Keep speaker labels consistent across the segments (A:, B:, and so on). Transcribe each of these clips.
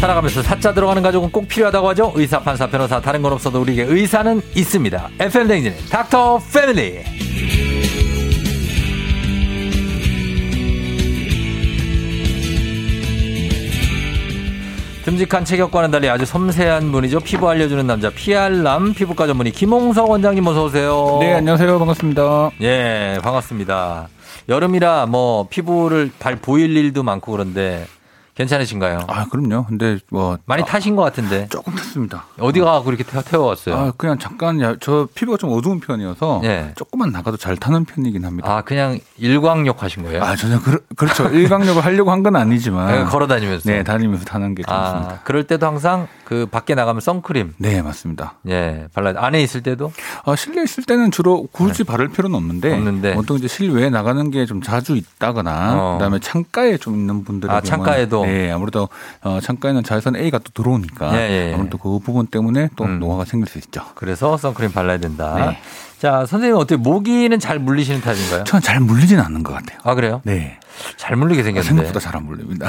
A: 살아가면서 사자 들어가는 가족은 꼭 필요하다고 하죠. 의사, 판사, 변호사 다른 건 없어도 우리에게 의사는 있습니다. FM 댕진 닥터 패밀리. 듬직한 체격과는 달리 아주 섬세한 분이죠. 피부 알려주는 남자 피알람 피부과 전문의 김홍석 원장님 어서 오세요.
B: 네, 안녕하세요. 반갑습니다.
A: 예, 반갑습니다. 여름이라 뭐 피부를 발 보일 일도 많고 그런데 괜찮으신가요?
B: 아, 그럼요. 근데 뭐
A: 많이 타신 것 같은데
B: 조금 탔습니다.
A: 어디 가고 이렇게 태워, 태워왔어요?
B: 아, 그냥 잠깐 야, 저 피부가 좀 어두운 편이어서
A: 예.
B: 조금만 나가도 잘 타는 편이긴 합니다.
A: 아 그냥 일광욕 하신 거예요?
B: 아, 전혀 그, 그렇죠. 일광욕을 하려고 한 건 아니지만
A: 걸어 다니면서.
B: 네, 다니면서 타는 게 좋습니다.
A: 아 그럴 때도 항상 그 밖에 나가면 선크림
B: 네, 맞습니다.
A: 예 발라 안에 있을 때도
B: 아, 실내에 있을 때는 주로 굳이 바를 필요는 없는데,
A: 네. 없는데.
B: 보통 이제 실외에 나가는 게 좀 자주 있다거나
A: 어.
B: 그다음에 창가에 좀 있는 분들의
A: 아,
B: 경우는-
A: 창가에도?
B: 네, 아무래도 어, 창가에는 자외선 A가 또 들어오니까
A: 예, 예, 예.
B: 아무래도 그 부분 때문에 또
A: 음.
B: 노화가 생길 수 있죠.
A: 그래서 선크림 발라야 된다.
B: 네.
A: 자 선생님 어떻게 모기는 잘 물리시는 타입인가요?
B: 저는 잘 물리진 않는 것 같아요.
A: 아 그래요?
B: 네.
A: 잘 물리게 생겼는데.
B: 생각보다 잘 안 물립니다.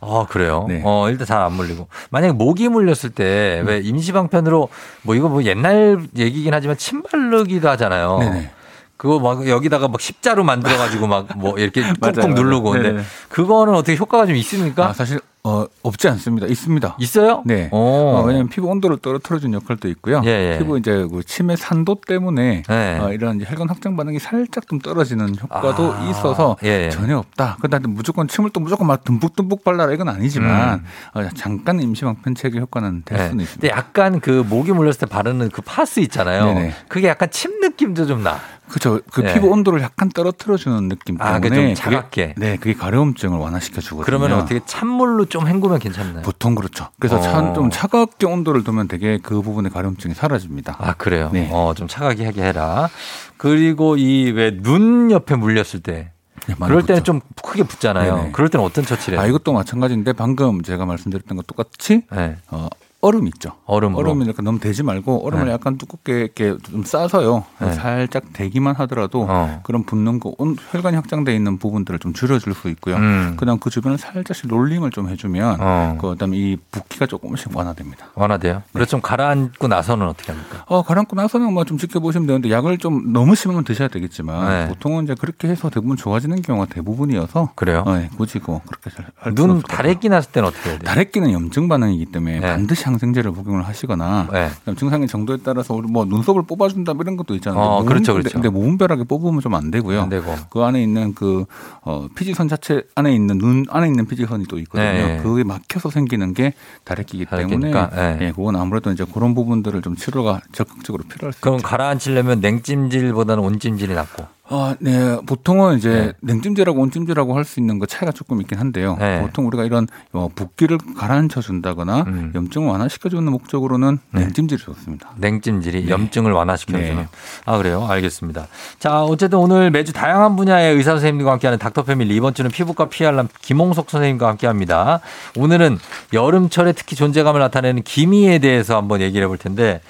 A: 아 그래요?
B: 네. 음.
A: 어 일단 잘 안 물리고 만약에 모기 물렸을 때 왜 임시방편으로 뭐 이거 뭐 옛날 얘기긴 하지만 침 바르기도 하잖아요.
B: 네네.
A: 그거 막 여기다가 막 십자로 만들어 가지고 막 뭐 이렇게 꾹꾹
B: 맞아요.
A: 누르고 근데
B: 네네.
A: 그거는 어떻게 효과가 좀 있습니까?
B: 아, 사실 어, 없지 않습니다. 있습니다.
A: 있어요?
B: 네.
A: 오.
B: 어, 왜냐하면 피부 온도를 떨어뜨려준 역할도 있고요.
A: 예, 예.
B: 피부 이제 그 침의 산도 때문에
A: 네.
B: 어, 이런 이제 혈관 확장 반응이 살짝 좀 떨어지는 효과도
A: 아,
B: 있어서
A: 예, 예.
B: 전혀 없다. 근데 무조건 침을 또 무조건 막 듬뿍듬뿍 발라라 이건 아니지만
A: 음.
B: 어, 잠깐 임시방편체의 효과는 될
A: 네.
B: 수는
A: 근데
B: 있습니다.
A: 약간 그 모기 물렸을 때 바르는 그 파스 있잖아요.
B: 네네.
A: 그게 약간 침 느낌도 좀 나.
B: 그렇죠. 그
A: 네.
B: 피부 온도를 약간 떨어뜨려주는 느낌 때문에
A: 아, 그게 좀 차갑게.
B: 그게- 네, 그게 가려움증을 완화시켜 주거든요.
A: 그러면 어떻게 찬물로 좀 헹구면 괜찮나요?
B: 보통 그렇죠. 그래서
A: 어.
B: 찬- 좀 차갑게 온도를 두면 되게 그 부분의 가려움증이 사라집니다.
A: 아 그래요.
B: 네.
A: 어 좀 차가게 하게 해라. 그리고 이 왜 눈 옆에 물렸을 때
B: 네, 많이
A: 그럴 때는
B: 붙죠.
A: 좀 크게 붓잖아요.
B: 네네.
A: 그럴 때는 어떤 처치를
B: 아,
A: 해요?
B: 이것도 마찬가지인데 방금 제가 말씀드렸던 것 똑같이
A: 네.
B: 어, 얼음 있죠.
A: 얼음으로.
B: 얼음을 약간 너무 대지 말고 얼음을
A: 네.
B: 약간 두껍게 이렇게 좀 싸서요.
A: 네.
B: 살짝 대기만 하더라도
A: 어.
B: 그런 붓는 거 온- 혈관이 확장돼 있는 부분들을 좀 줄여줄 수 있고요.
A: 음.
B: 그다음 그 주변을 살짝씩 롤링을 좀 해주면
A: 어.
B: 그다음 이 붓기가 조금씩 완화됩니다.
A: 완화돼요. 그래서 좀 가라앉고 나서는 어떻게 합니까?
B: 어, 가라앉고 나서는 뭐 좀 지켜보시면 되는데 약을 좀 너무 심하면 드셔야 되겠지만
A: 네.
B: 보통은 이제 그렇게 해서 대부분 좋아지는 경우가 대부분이어서
A: 그래요?
B: 어, 예, 굳이 그 그렇게 잘할 필요는
A: 눈
B: 없을 것 같아요.
A: 다래끼 났을 때는 어떻게 해야 돼요?
B: 다래끼는 염증 반응이기 때문에
A: 네.
B: 반드시 항생제를 복용을 하시거나
A: 네.
B: 그다음 증상의 정도에 따라서 우리 뭐 눈썹을 뽑아준다 이런 것도 있잖아요.
A: 어,
B: 근데
A: 그렇죠,
B: 모분-
A: 그렇죠.
B: 근데 무분별하게 뽑으면 좀 안 되고요.
A: 안 되고.
B: 그 안에 있는 그 어, 피지선 자체 안에 있는 눈 안에 있는 피지선이 또 있거든요.
A: 네.
B: 그게 막혀서 생기는 게 다래끼기 때문에
A: 다래끼니까, 네.
B: 예, 그건 아무래도 이제 그런 부분들을 좀 치료가 적극적으로 필요할 수
A: 그럼 가라앉히려면 냉찜질보다는 온찜질이 낫고.
B: 아, 네. 보통은 이제 냉찜질하고 온찜질하고 할 수 있는 거 차이가 조금 있긴 한데요.
A: 네.
B: 보통 우리가 이런 어, 붓기를 가라앉혀 준다거나
A: 음.
B: 염증을 완화시켜 주는 목적으로는
A: 네.
B: 냉찜질이 좋습니다.
A: 냉찜질이 염증을 완화시켜주는.
B: 네.
A: 아 그래요? 알겠습니다. 자 어쨌든 오늘 매주 다양한 분야의 의사 선생님들과 함께하는 닥터패밀리 이번 주는 피부과 피알람 김홍석 선생님과 함께합니다. 오늘은 여름철에 특히 존재감을 나타내는 기미에 대해서 한번 얘기를 해볼 텐데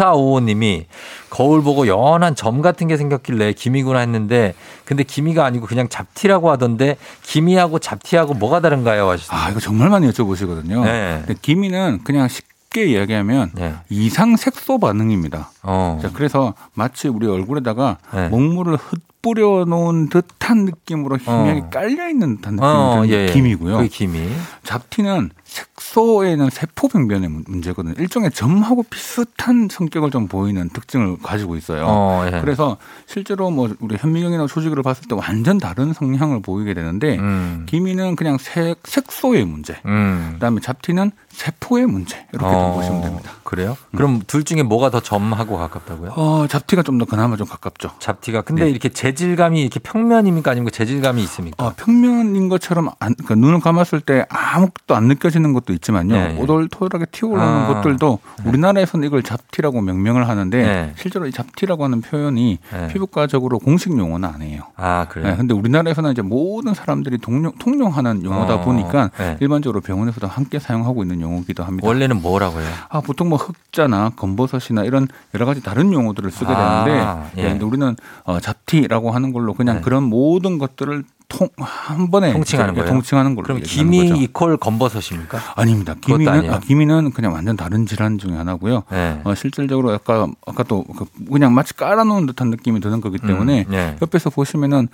A: 9455님이 거울 보고 연한 점 같은 게 생겼길래 기미구나 했는데 근데 기미가 아니고 그냥 잡티라고 하던데 기미하고 잡티하고 뭐가 다른가요? 하셨어요.
B: 아, 이거 정말 많이 여쭤보시거든요.
A: 네.
B: 근데 기미는 그냥 쉽게 이야기하면
A: 네.
B: 이상 색소 반응입니다.
A: 어.
B: 자, 그래서 마치 우리 얼굴에다가
A: 네.
B: 먹물을 흩뿌려 놓은 듯한 느낌으로 희미하게
A: 어.
B: 깔려 있는 듯한 느낌이
A: 어,
B: 드는
A: 예, 예.
B: 김이고요.
A: 그게 김이.
B: 잡티는 색소에 있는 세포 병변의 문- 문제거든요. 일종의 점하고 비슷한 성격을 좀 보이는 특징을 가지고 있어요.
A: 어, 예.
B: 그래서 실제로 뭐 우리 현미경이나 조직을 봤을 때 완전 다른 성향을 보이게 되는데
A: 음.
B: 기미는 그냥 색, 색소의 문제,
A: 음.
B: 그다음에 잡티는 세포의 문제 이렇게 좀
A: 어,
B: 보시면 됩니다.
A: 그래요? 그럼 둘 중에 뭐가 더 점하고 가깝다고요?
B: 어, 잡티가 좀 더 그나마 좀 가깝죠.
A: 잡티가 근데 이렇게 재질감이 이렇게 평면입니까 아니면 재질감이 있습니까?
B: 네. 어, 평면인 것처럼 안, 그러니까 눈을 감았을 때 아무것도 안 느껴지는 것도 있지만요.
A: 예, 예.
B: 오돌토돌하게 튀어올라오는
A: 아.
B: 것들도 우리나라에서는 이걸 잡티라고 명명을 하는데
A: 예.
B: 실제로 이 잡티라고 하는 표현이
A: 예.
B: 피부과적으로 공식 용어는 아니에요.
A: 아
B: 네,
A: 그래요?
B: 근데 우리나라에서는 이제 모든 사람들이 동용, 통용하는 용어다
A: 어,
B: 보니까
A: 예.
B: 일반적으로 병원에서도 함께 사용하고 있는 용어기도 합니다.
A: 원래는 뭐라고 해요?
B: 아, 보통 뭐 흑자나 검버섯이나 이런 여러 가지 다른 용어들을 쓰게
A: 아,
B: 되는데
A: 예.
B: 예, 근데 우리는 어, 잡티라고 하는 걸로 그냥
A: 네.
B: 그런 모든 것들을 통, 한 번에
A: 통칭하는
B: 이제
A: 거예요?
B: 통칭하는 걸로
A: 그럼
B: 얘기하는
A: 기미
B: 거죠.
A: 이퀄 검버섯입니까?
B: 아닙니다.
A: 그것도
B: 기미는
A: 아니에요?
B: 아, 기미는 그냥 완전 다른 질환 중에 하나고요.
A: 네.
B: 어, 실질적으로 아까 아까 또 그- 그냥 마치 깔아놓은 듯한 느낌이 드는 거기 때문에
A: 음, 네.
B: 옆에서 보시면은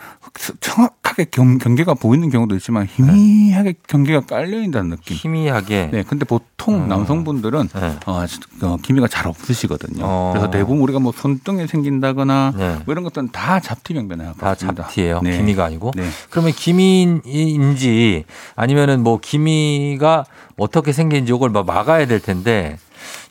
B: 정확하게 경, 경계가 보이는 경우도 있지만 희미하게 경계가 깔려 있다는 느낌.
A: 희미하게.
B: 네, 근데 보통
A: 음.
B: 남성분들은
A: 네.
B: 어, 지- 어, 기미가 잘 없으시거든요.
A: 어.
B: 그래서 대부분 우리가 뭐 손등에 생긴다거나
A: 네.
B: 뭐 이런 것들은 다 잡티 병변에
A: 다
B: 가깝습니다.
A: 잡티예요.
B: 네.
A: 기미가 아니고.
B: 네.
A: 그러면 기미인지 아니면은 뭐 기미가 어떻게 생긴지 이걸 막 막아야 될 텐데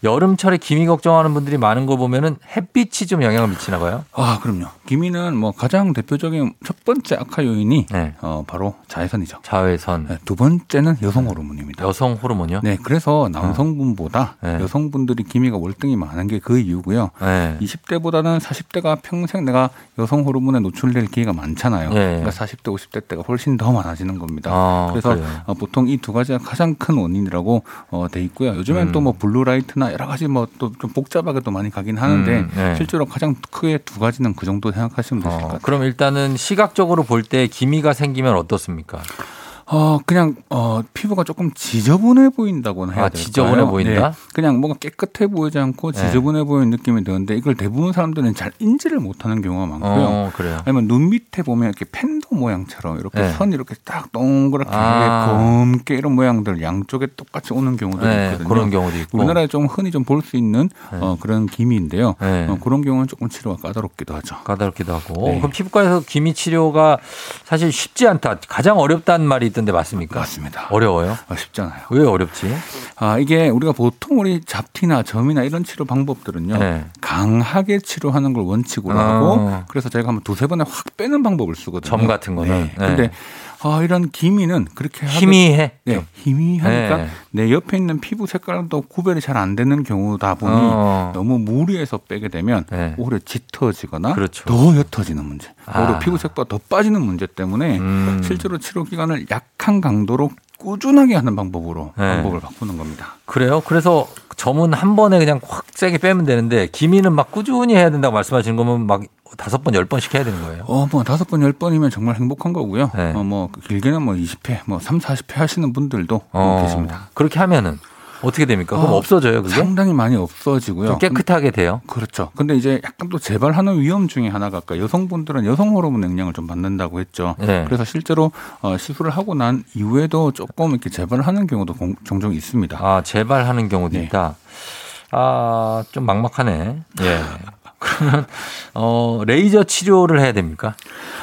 A: 여름철에 기미 걱정하는 분들이 많은 거 보면은 햇빛이 좀 영향을 미치나 봐요.
B: 아, 그럼요. 기미는 뭐 가장 대표적인 첫 번째 악화 요인이
A: 네.
B: 어, 바로 자외선이죠.
A: 자외선,
B: 네, 두 번째는 여성 호르몬입니다.
A: 여성 호르몬이요.
B: 네, 그래서 남성분보다
A: 네.
B: 여성분들이 기미가 월등히 많은 게 그 이유고요.
A: 네.
B: 20대보다는 40대가 평생 내가 여성 호르몬에 노출될 기회가 많잖아요.
A: 네.
B: 그러니까 40대, 50대 때가 훨씬 더 많아지는 겁니다.
A: 아,
B: 그래서
A: 그래요.
B: 어, 보통 이 두 가지가 가장 큰 원인이라고 어, 돼 있고요. 요즘엔
A: 음.
B: 또 뭐 블루라이트나 여러 가지 뭐 또 좀 복잡하게 또 많이 가긴 하는데
A: 음, 네.
B: 실제로 가장 크게 두 가지는 그 정도 생각하시면 되실 것
A: 어,
B: 같아요.
A: 그럼 일단은 시각적으로 볼 때 기미가 생기면 어떻습니까?
B: 어 그냥 어 피부가 조금 지저분해 보인다고나 해야
A: 아,
B: 될까요?
A: 지저분해 보인다?
B: 네. 그냥 뭔가 깨끗해 보이지 않고
A: 네.
B: 지저분해 보이는 느낌이 드는데 이걸 대부분 사람들은 잘 인지를 못하는 경우가 많고요.
A: 어, 그래요.
B: 아니면 눈 밑에 보면 이렇게 팬더 모양처럼 이렇게
A: 네.
B: 선 이렇게 딱 동그랗게
A: 아.
B: 검게 이런 모양들 양쪽에 똑같이 오는 경우도
A: 네,
B: 있거든요.
A: 그런 경우도 있고.
B: 우리나라에 좀 흔히 좀 볼 수 있는 어, 그런 기미인데요.
A: 어. 네.
B: 어, 그런 경우는 조금 치료가 까다롭기도 하죠.
A: 까다롭기도 하고.
B: 네.
A: 그럼 피부과에서 기미 치료가 사실 쉽지 않다. 가장 어렵다는 말이 있던데 맞습니까? 네.
B: 맞습니다.
A: 어려워요?
B: 아, 쉽잖아요.
A: 왜 어렵지?
B: 아, 이게 우리가 보통 우리 잡티나 점이나 이런 치료 방법들은요.
A: 네.
B: 강하게 치료하는 걸 원칙으로
A: 아.
B: 하고 그래서 저희가 한 두세 번에 확 빼는 방법을 쓰거든요.
A: 점 같은 거는.
B: 네. 근데
A: 네.
B: 아, 이런 기미는 그렇게 하게-
A: 희미해.
B: 네,
A: 좀.
B: 희미하니까
A: 네.
B: 내 옆에 있는 피부 색깔은 또 구별이 잘 안 되는 경우다 보니
A: 어.
B: 너무 무리해서 빼게 되면
A: 네.
B: 오히려 짙어지거나
A: 그렇죠.
B: 더 옅어지는 문제,
A: 아.
B: 오히려 피부색보다 더 빠지는 문제 때문에
A: 음.
B: 실제로 치료 기간을 약한 강도로 꾸준하게 하는 방법으로
A: 네.
B: 방법을 바꾸는 겁니다.
A: 그래요? 그래서 점은 한 번에 그냥 확 세게 빼면 되는데 기미는 막 꾸준히 해야 된다고 말씀하시는 거면 막 다섯 번, 열 번씩 해야 되는 거예요.
B: 어, 뭐, 다섯 번, 열 번이면 정말 행복한 거고요.
A: 네.
B: 어, 뭐, 길게는 뭐, 20회, 뭐, 3, 40회 하시는 분들도
A: 어,
B: 계십니다.
A: 그렇게 하면은 어떻게 됩니까? 그럼
B: 어,
A: 없어져요, 그게?
B: 상당히 많이 없어지고요.
A: 좀 깨끗하게 돼요.
B: 그렇죠. 근데 이제 약간 또 재발하는 위험 중에 하나가 아까 여성분들은 여성 호르몬 영향을 좀 받는다고 했죠.
A: 네.
B: 그래서 실제로 어, 시술을 하고 난 이후에도 조금 이렇게 재발하는 경우도 공- 종종 있습니다.
A: 아, 재발하는 경우도
B: 네.
A: 있다. 아, 좀 막막하네. 예.
B: 아.
A: 그러면 어, 레이저 치료를 해야 됩니까?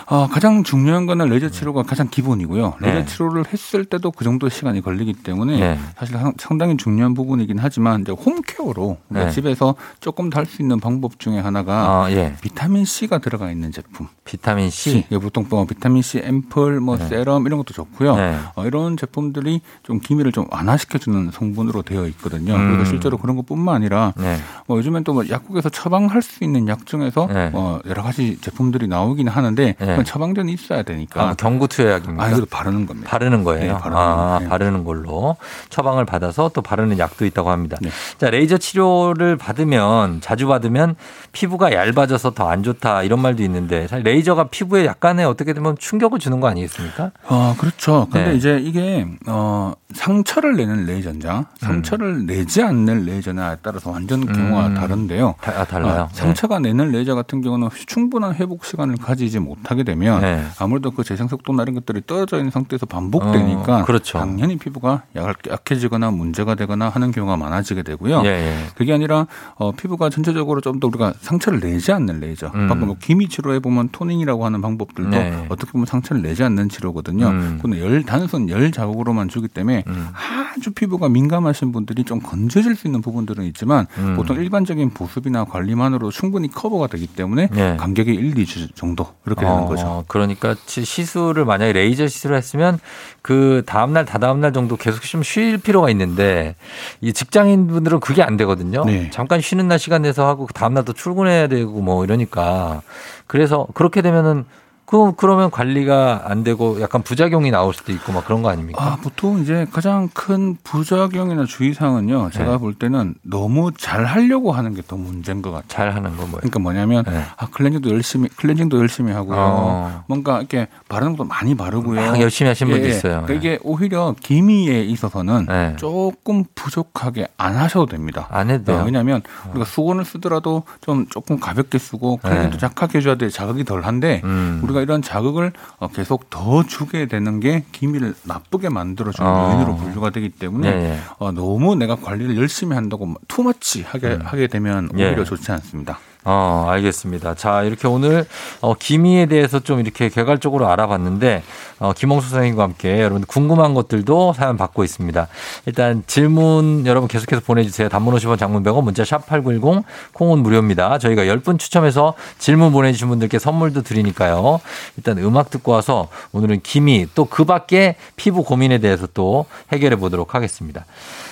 B: 어, 가장 중요한 거는 레이저 치료가 가장 기본이고요. 레이저
A: 네.
B: 치료를 했을 때도 그 정도 시간이 걸리기 때문에
A: 네.
B: 사실 상- 상당히 중요한 부분이긴 하지만 이제 홈케어로 우리가
A: 네.
B: 집에서 조금 더 할 수 있는 방법 중에 하나가
A: 아, 예.
B: 비타민 C가 들어가 있는 제품.
A: 비타민
B: C.
A: C.
B: 예, 보통 뭐 비타민 C 앰플, 뭐
A: 네.
B: 세럼 이런 것도 좋고요.
A: 네.
B: 어, 이런 제품들이 좀 기미를 좀 완화시켜주는 성분으로 되어 있거든요.
A: 음.
B: 그래서 실제로 그런 것뿐만 아니라
A: 네.
B: 어, 요즘엔 또뭐 약국에서 처방할 수 있는 약 중에서
A: 네.
B: 어, 여러 가지 제품들이 나오긴 하는데
A: 네.
B: 그건 처방전이 있어야 되니까
A: 아, 경구투여약입니까?
B: 아, 이걸 바르는 겁니다.
A: 바르는 거예요.
B: 네, 바르는
A: 아,
B: 거. 네.
A: 바르는 걸로 처방을 받아서 또 바르는 약도 있다고 합니다.
B: 네.
A: 자, 레이저 치료를 받으면 자주 받으면 피부가 얇아져서 더 안 좋다 이런 말도 있는데 사실 레이저가 피부에 약간의 어떻게 되면 충격을 주는 거 아니겠습니까?
B: 아, 그렇죠. 근데
A: 네.
B: 이제 이게 어, 상처를 내는 레이저냐, 상처를 내지 않는 레이저냐에 따라서 완전 경우가
A: 음.
B: 다른데요.
A: 다, 아, 달라요.
B: 아, 상처가 내는 레이저 같은 경우는 충분한 회복 시간을 가지지 못하게 되면
A: 네.
B: 아무래도 그 재생 속도나 이런 것들이 떨어져 있는 상태에서 반복되니까
A: 어, 그렇죠.
B: 당연히 피부가 약, 약해지거나 문제가 되거나 하는 경우가 많아지게 되고요.
A: 예, 예.
B: 그게 아니라 어, 피부가 전체적으로 좀 더 우리가 상처를 내지 않는 레이저.
A: 음.
B: 방금 그 기미 치료에 보면 토닝이라고 하는 방법들도
A: 네.
B: 어떻게 보면 상처를 내지 않는 치료거든요.
A: 음.
B: 근데 열 단순 열 자국으로만 주기 때문에 아주 피부가 민감하신 분들이 좀 건조해질 수 있는 부분들은 있지만
A: 음.
B: 보통 일반적인 보습이나 관리만으로 충분히 커버가 되기 때문에
A: 네.
B: 간격이 1, 2주 정도 이렇게 되는
A: 어,
B: 거죠.
A: 그러니까 치- 시술을 만약에 레이저 시술을 했으면 그 다음날 다다음날 정도 계속 좀 쉴 필요가 있는데 이 직장인 분들은 그게 안 되거든요.
B: 네.
A: 잠깐 쉬는 날 시간 내서 하고 그 다음날 또 출근해야 되고 뭐 이러니까 그래서 그렇게 되면은 그 그러면 관리가 안 되고 약간 부작용이 나올 수도 있고 막 그런 거 아닙니까?
B: 아, 보통 이제 가장 큰 부작용이나 주의사항은요. 제가
A: 네.
B: 볼 때는 너무 잘 하려고 하는 게 더 문제인 것 같아요.
A: 잘 하는 건 뭐예요?
B: 그러니까 뭐냐면
A: 네.
B: 아, 클렌징도 열심히 클렌징도 열심히 하고요.
A: 어.
B: 뭔가 이렇게 바르는 것도 많이 바르고요.
A: 막 열심히 하신 분도
B: 예, 예.
A: 있어요.
B: 그러니까 이게 오히려 기미에 있어서는
A: 네. 아,
B: 조금 부족하게 안 하셔도 됩니다. 어,
A: 안 해도 돼요?
B: 아, 왜냐하면 우리가 수건을 쓰더라도 좀 조금 가볍게 쓰고 클렌징도
A: 네.
B: 작하게 해줘야 돼 자극이 덜한데
A: 음.
B: 우리가 이런 자극을 어, 계속 더 주게 되는 게 기미를 나쁘게 만들어주는
A: 어.
B: 요인으로 분류가 되기 때문에
A: 예, 예.
B: 어, 너무 내가 관리를 열심히 한다고 투마치 하게 하게 되면
A: 예.
B: 오히려 좋지 않습니다.
A: 어, 알겠습니다. 자, 이렇게 오늘 어, 기미에 대해서 좀 이렇게 개괄적으로 알아봤는데 어, 김홍수 선생님과 함께 여러분 궁금한 것들도 사연 받고 있습니다. 일단 질문 여러분 계속해서 보내주세요. 단문 50원, 장문 100원, 문자 샵 #8910 콩은 무료입니다. 저희가 10분 추첨해서 질문 보내주신 분들께 선물도 드리니까요. 일단 음악 듣고 와서 오늘은 기미 또 그 밖에 피부 고민에 대해서 또 해결해 보도록 하겠습니다.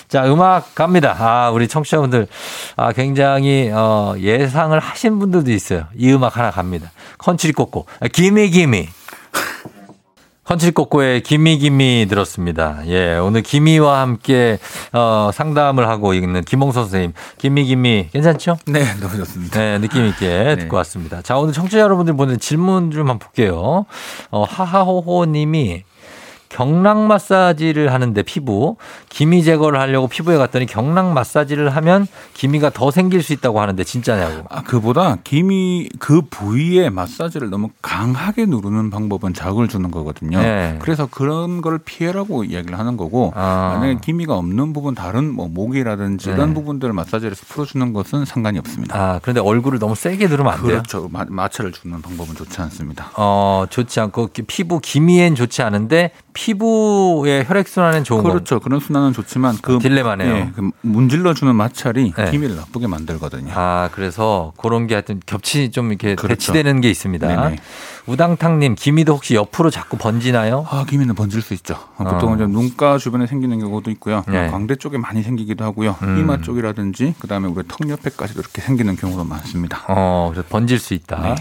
A: 자, 음악 갑니다. 아, 우리 청취자분들. 아, 굉장히, 어, 예상을 하신 분들도 있어요. 이 음악 하나 갑니다. 컨츄리 꼬꼬. 아, 기미, 기미. 컨츄리 꼬꼬의 기미, 기미 들었습니다. 예, 오늘 기미와 함께, 어, 상담을 하고 있는 김홍선 선생님. 기미, 기미. 괜찮죠?
B: 네, 너무 좋습니다.
A: 네, 느낌
B: 아,
A: 있게 듣고 왔습니다. 자, 오늘 청취자 여러분들 보낸 질문 좀 한번 볼게요. 어, 하하호호 님이 경락 마사지를 하는데 피부, 기미 제거를 하려고 피부에 갔더니 경락 마사지를 하면 기미가 더 생길 수 있다고 하는데 진짜냐고.
B: 아, 그보다 김이 그 부위에 마사지를 너무 강하게 누르는 방법은 자극을 주는 거거든요.
A: 네.
B: 그래서 그런 걸 피해라고 이야기를 하는 거고
A: 아.
B: 만약에 기미가 없는 부분 다른 뭐 목이라든지
A: 네.
B: 이런 부분들을 마사지를 해서 풀어주는 것은 상관이 없습니다.
A: 아, 그런데 얼굴을 너무 세게 누르면 안 돼요?
B: 그렇죠. 마, 마찰을 주는 방법은 좋지 않습니다.
A: 어, 좋지 않고 기- 피부 기미엔 좋지 않은데 피부의 혈액순환엔 좋은 거. 아,
B: 그렇죠. 그런 순환은 좋지만 그
A: 딜레마네요.
B: 예, 그 문질러주는 마찰이
A: 네.
B: 기미를 나쁘게 만들거든요.
A: 아, 그래서 그런 게 하여튼 겹치 좀 이렇게
B: 그렇죠.
A: 대치되는 게 있습니다.
B: 네네.
A: 우당탕님, 기미도 혹시 옆으로 자꾸 번지나요?
B: 아, 기미는 번질 수 있죠. 보통은
A: 어.
B: 이제 눈가 주변에 생기는 경우도 있고요.
A: 네.
B: 광대 쪽에 많이 생기기도 하고요.
A: 음.
B: 이마 쪽이라든지 그다음에 우리 턱 옆에까지도 이렇게 생기는 경우도 많습니다.
A: 어, 그래서 번질 수 있다.
B: 네.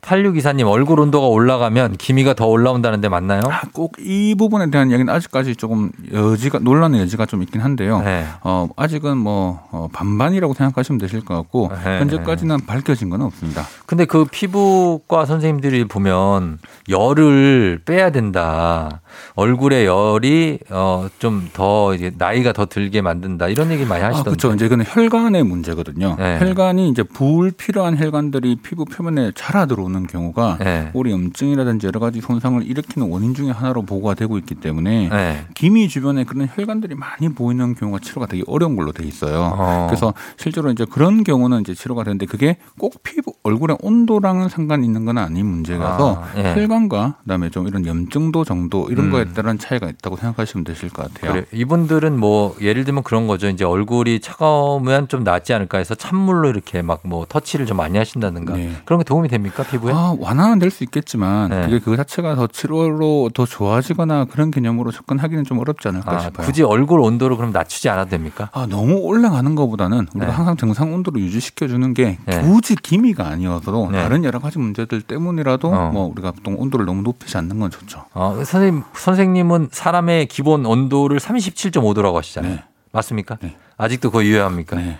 A: 8624님, 얼굴 온도가 올라가면 기미가 더 올라온다는데 맞나요?
B: 아, 꼭 이 부분에 대한 얘기는 아직까지 조금 여지가 논란의 여지가 좀 있긴 한데요.
A: 네.
B: 어, 아직은 뭐 어, 반반이라고 생각하시면 되실 것 같고
A: 네.
B: 현재까지는 밝혀진 건 없습니다.
A: 근데 그 피부과 선생님들이 보면 열을 빼야 된다. 얼굴에 열이 어, 좀 더 나이가 더 들게 만든다. 이런 얘기 많이
B: 아,
A: 하시던데.
B: 그렇죠. 이제 그는 혈관의 문제거든요.
A: 네.
B: 혈관이 이제 불필요한 혈관들이 피부 표면에 자라 들어오는 경우가
A: 네.
B: 꼬리 염증이라든지 여러 가지 손상을 일으키는 원인 중에 하나로 보고가 되고 있기 때문에
A: 네.
B: 기미 주변에 그런 혈관들이 많이 보이는 경우가 치료가 되게 어려운 걸로 돼 있어요.
A: 어.
B: 그래서 실제로 이제 그런 경우는 이제 치료가 되는데 그게 꼭 피부 얼굴의 온도랑은 상관 있는 건 아닌 문제라서
A: 아, 예.
B: 혈관과 그다음에 좀 이런 염증도 정도 이런
A: 음.
B: 거에 따른 차이가 있다고 생각하시면 되실 것 같아요.
A: 그래. 이분들은 뭐 예를 들면 그런 거죠. 이제 얼굴이 차가우면 좀 낫지 않을까 해서 찬물로 이렇게 막 뭐 터치를 좀 많이 하신다든가
B: 네.
A: 그런 게 도움이 됩니까 피부에?
B: 아, 완화는 될 수 있겠지만
A: 네.
B: 그게 그 자체가 더 치료로 더 좋아지거나 그런 개념으로 접근하기는 좀 어렵지 않을까
A: 아,
B: 싶어요.
A: 굳이 얼굴 온도를 그럼 낮추지 않아도 됩니까?
B: 아, 너무 올라가는 것보다는 우리가
A: 네.
B: 항상 정상 온도로 유지시켜주는 게
A: 네.
B: 굳이 기미가 아니어서도
A: 네.
B: 다른 여러 가지 문제들 때문이라도
A: 어.
B: 뭐 우리가 보통 온도를 너무 높이지 않는 건 좋죠.
A: 어, 선생님, 선생님은 사람의 기본 온도를 37.5도라고 하시잖아요.
B: 네.
A: 맞습니까?
B: 네.
A: 아직도 그거 유효합니까?
B: 네.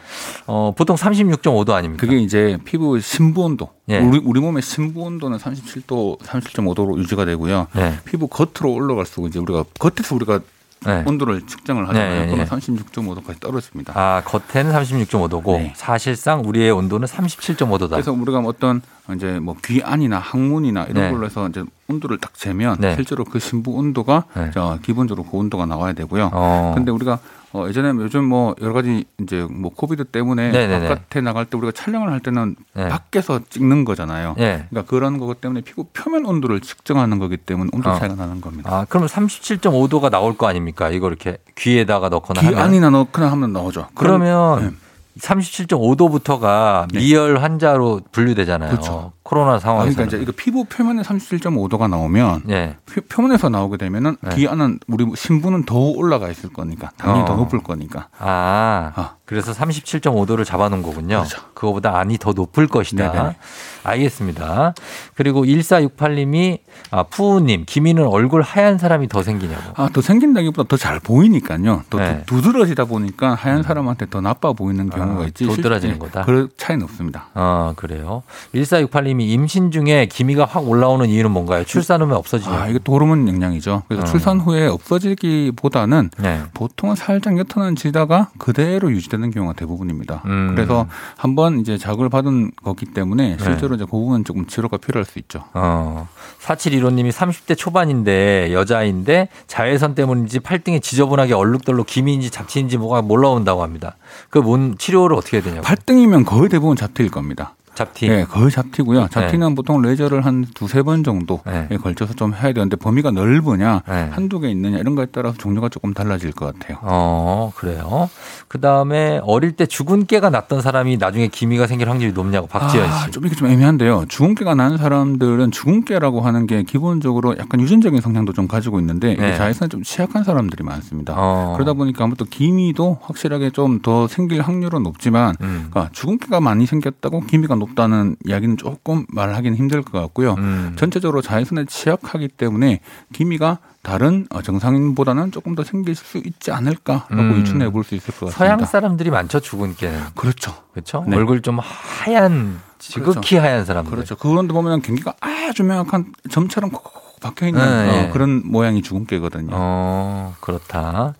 A: 어, 보통 36.5도 아닙니까?
B: 그게 이제 피부 심부 온도.
A: 그러니까. 예.
B: 우리, 우리 몸의 심부 온도는 37도, 37.5도로 유지가 되고요.
A: 네.
B: 피부 겉으로 올라갈수록 이제 우리가 겉에서 우리가
A: 네.
B: 온도를 측정을 하잖아요.
A: 네, 네,
B: 그러면
A: 네.
B: 36.5도까지 떨어집니다.
A: 아, 겉에는 36.5도고
B: 네.
A: 사실상 우리의 온도는 37.5도다.
B: 그래서 우리가 어떤 이제 뭐 귀안이나 항문이나 이런
A: 네.
B: 걸로 해서 이제 온도를 딱 재면
A: 네.
B: 실제로 그 심부 온도가
A: 네.
B: 저 기본적으로 그 온도가 나와야 되고요.
A: 어.
B: 근데 우리가 어 예전에 요즘 뭐 여러 가지 이제 뭐 코비드 때문에
A: 네네네.
B: 바깥에 나갈 때 우리가 촬영을 할 때는
A: 네.
B: 밖에서 찍는 거잖아요.
A: 예.
B: 그러니까 그런 거 때문에 피부 표면 온도를 측정하는 거기 때문에 온도
A: 어.
B: 차이가 나는 겁니다.
A: 아, 그럼 37.5도가 나올 거 아닙니까? 이거 이렇게 귀에다가 어, 넣거나 하면.
B: 귀안이나 넣거나 하면 넣어줘. 그럼 그러니까 네.
A: 그러면 37.5도부터가 미열 환자로 분류되잖아요.
B: 그렇죠.
A: 코로나 상황에서.
B: 그러니까 이제 이거 피부 표면에 37.5도가 나오면
A: 예.
B: 표- 표면에서 나오게 되면은
A: 네.
B: 귀 안은 우리 신부는 더 올라가 있을 거니까 당연히
A: 어.
B: 더 높을 거니까
A: 아,
B: 아.
A: 그래서 37.5도를 잡아놓은 거군요.
B: 그렇죠.
A: 그거보다 안이 더 높을 것이다.
B: 네네.
A: 알겠습니다. 그리고 1468님이 아, 푸우님, 김이는 얼굴 하얀 사람이 더 생기냐고.
B: 아 더 생긴다기보다 더 잘 보이니까요 더
A: 네. 음.
B: 두- 두드러지다 보니까 하얀 사람한테 더 나빠 보이는 경우가
A: 아,
B: 있지
A: 도드라지는
B: 실제
A: 거다.
B: 그럴 차이는 없습니다
A: 아, 그래요. 1468님이 임신 중에 기미가 확 올라오는 이유는 뭔가요? 출산 후면 없어지냐?
B: 아 이게 또 호르몬 영향이죠 그래서
A: 네. 음.
B: 출산 후에 없어지기보다는
A: 네.
B: 보통은 살짝 여탄지다가 그대로 유지되는 경우가 대부분입니다.
A: 음.
B: 그래서 한번 이제 자극을 받은 거기 때문에
A: 네.
B: 실제로 이제 그 부분은 조금 치료가 필요할 수 있죠.
A: 어. 4715님이 30대 초반인데 여자인데 자외선 때문인지 팔등이 지저분하게 얼룩덜룩 기미인지 잡티인지 뭐가 몰라온다고 합니다. 그 뭔 치료를 어떻게 해야 되냐고.
B: 팔등이면 거의 대부분 잡티일 겁니다.
A: 잡티.
B: 네, 거의 잡티고요. 잡티는 보통 레이저를 한 두세 번 정도에 예,
A: 네.
B: 걸쳐서 좀 해야 되는데 범위가 넓으냐,
A: 네.
B: 한두 개 있느냐 이런 거에 따라서 종류가 조금 달라질 것 같아요.
A: 어, 그래요. 그 다음에 어릴 때 죽은 깨가 났던 사람이 나중에 기미가 생길 확률이 높냐고 박지현
B: 아,
A: 씨.
B: 좀 이게 좀 애매한데요. 주근깨가 난 사람들은 주근깨라고 하는 게 기본적으로 약간 유전적인 성향도 좀 가지고 있는데 이게
A: 네.
B: 자외선에 좀 취약한 사람들이 많습니다.
A: 어.
B: 그러다 보니까 아무튼 기미도 확실하게 좀 더 생길 확률은 높지만
A: 음.
B: 그러니까 주근깨가 많이 생겼다고 기미가 높다는 이야기는 조금 말하기는 힘들 것 같고요.
A: 음.
B: 전체적으로 자외선에 취약하기 때문에 기미가 다른 어, 정상인보다는 조금 더 생길 수 있지 않을까라고
A: 음.
B: 유추해 볼 수 있을 것 같습니다.
A: 서양 사람들이 많죠, 죽은 깨는.
B: 그렇죠.
A: 그렇죠?
B: 네.
A: 얼굴 좀 하얀, 지극히 하얀 사람들.
B: 그렇죠. 그런데 보면 경기가 아주 명확한 점처럼 콕콕콕 박혀 있는 어,
A: 네, 네.
B: 그런 모양이 주근깨거든요.
A: 어, 그렇다.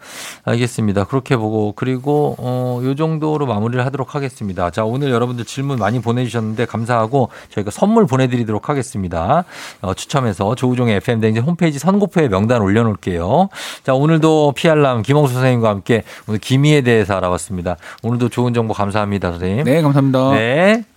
A: 알겠습니다. 그렇게 보고, 그리고, 어, 요 정도로 마무리를 하도록 하겠습니다. 자, 오늘 여러분들 질문 많이 보내주셨는데 감사하고 저희가 선물 보내드리도록 하겠습니다. 어, 추첨해서 조우종의 FM대행진 홈페이지 선고표에 명단 올려놓을게요. 자, 오늘도 피알람 김홍수 선생님과 함께 오늘 기미에 대해서 알아봤습니다. 오늘도 좋은 정보 감사합니다, 선생님.
B: 네, 감사합니다.
A: 예. 네.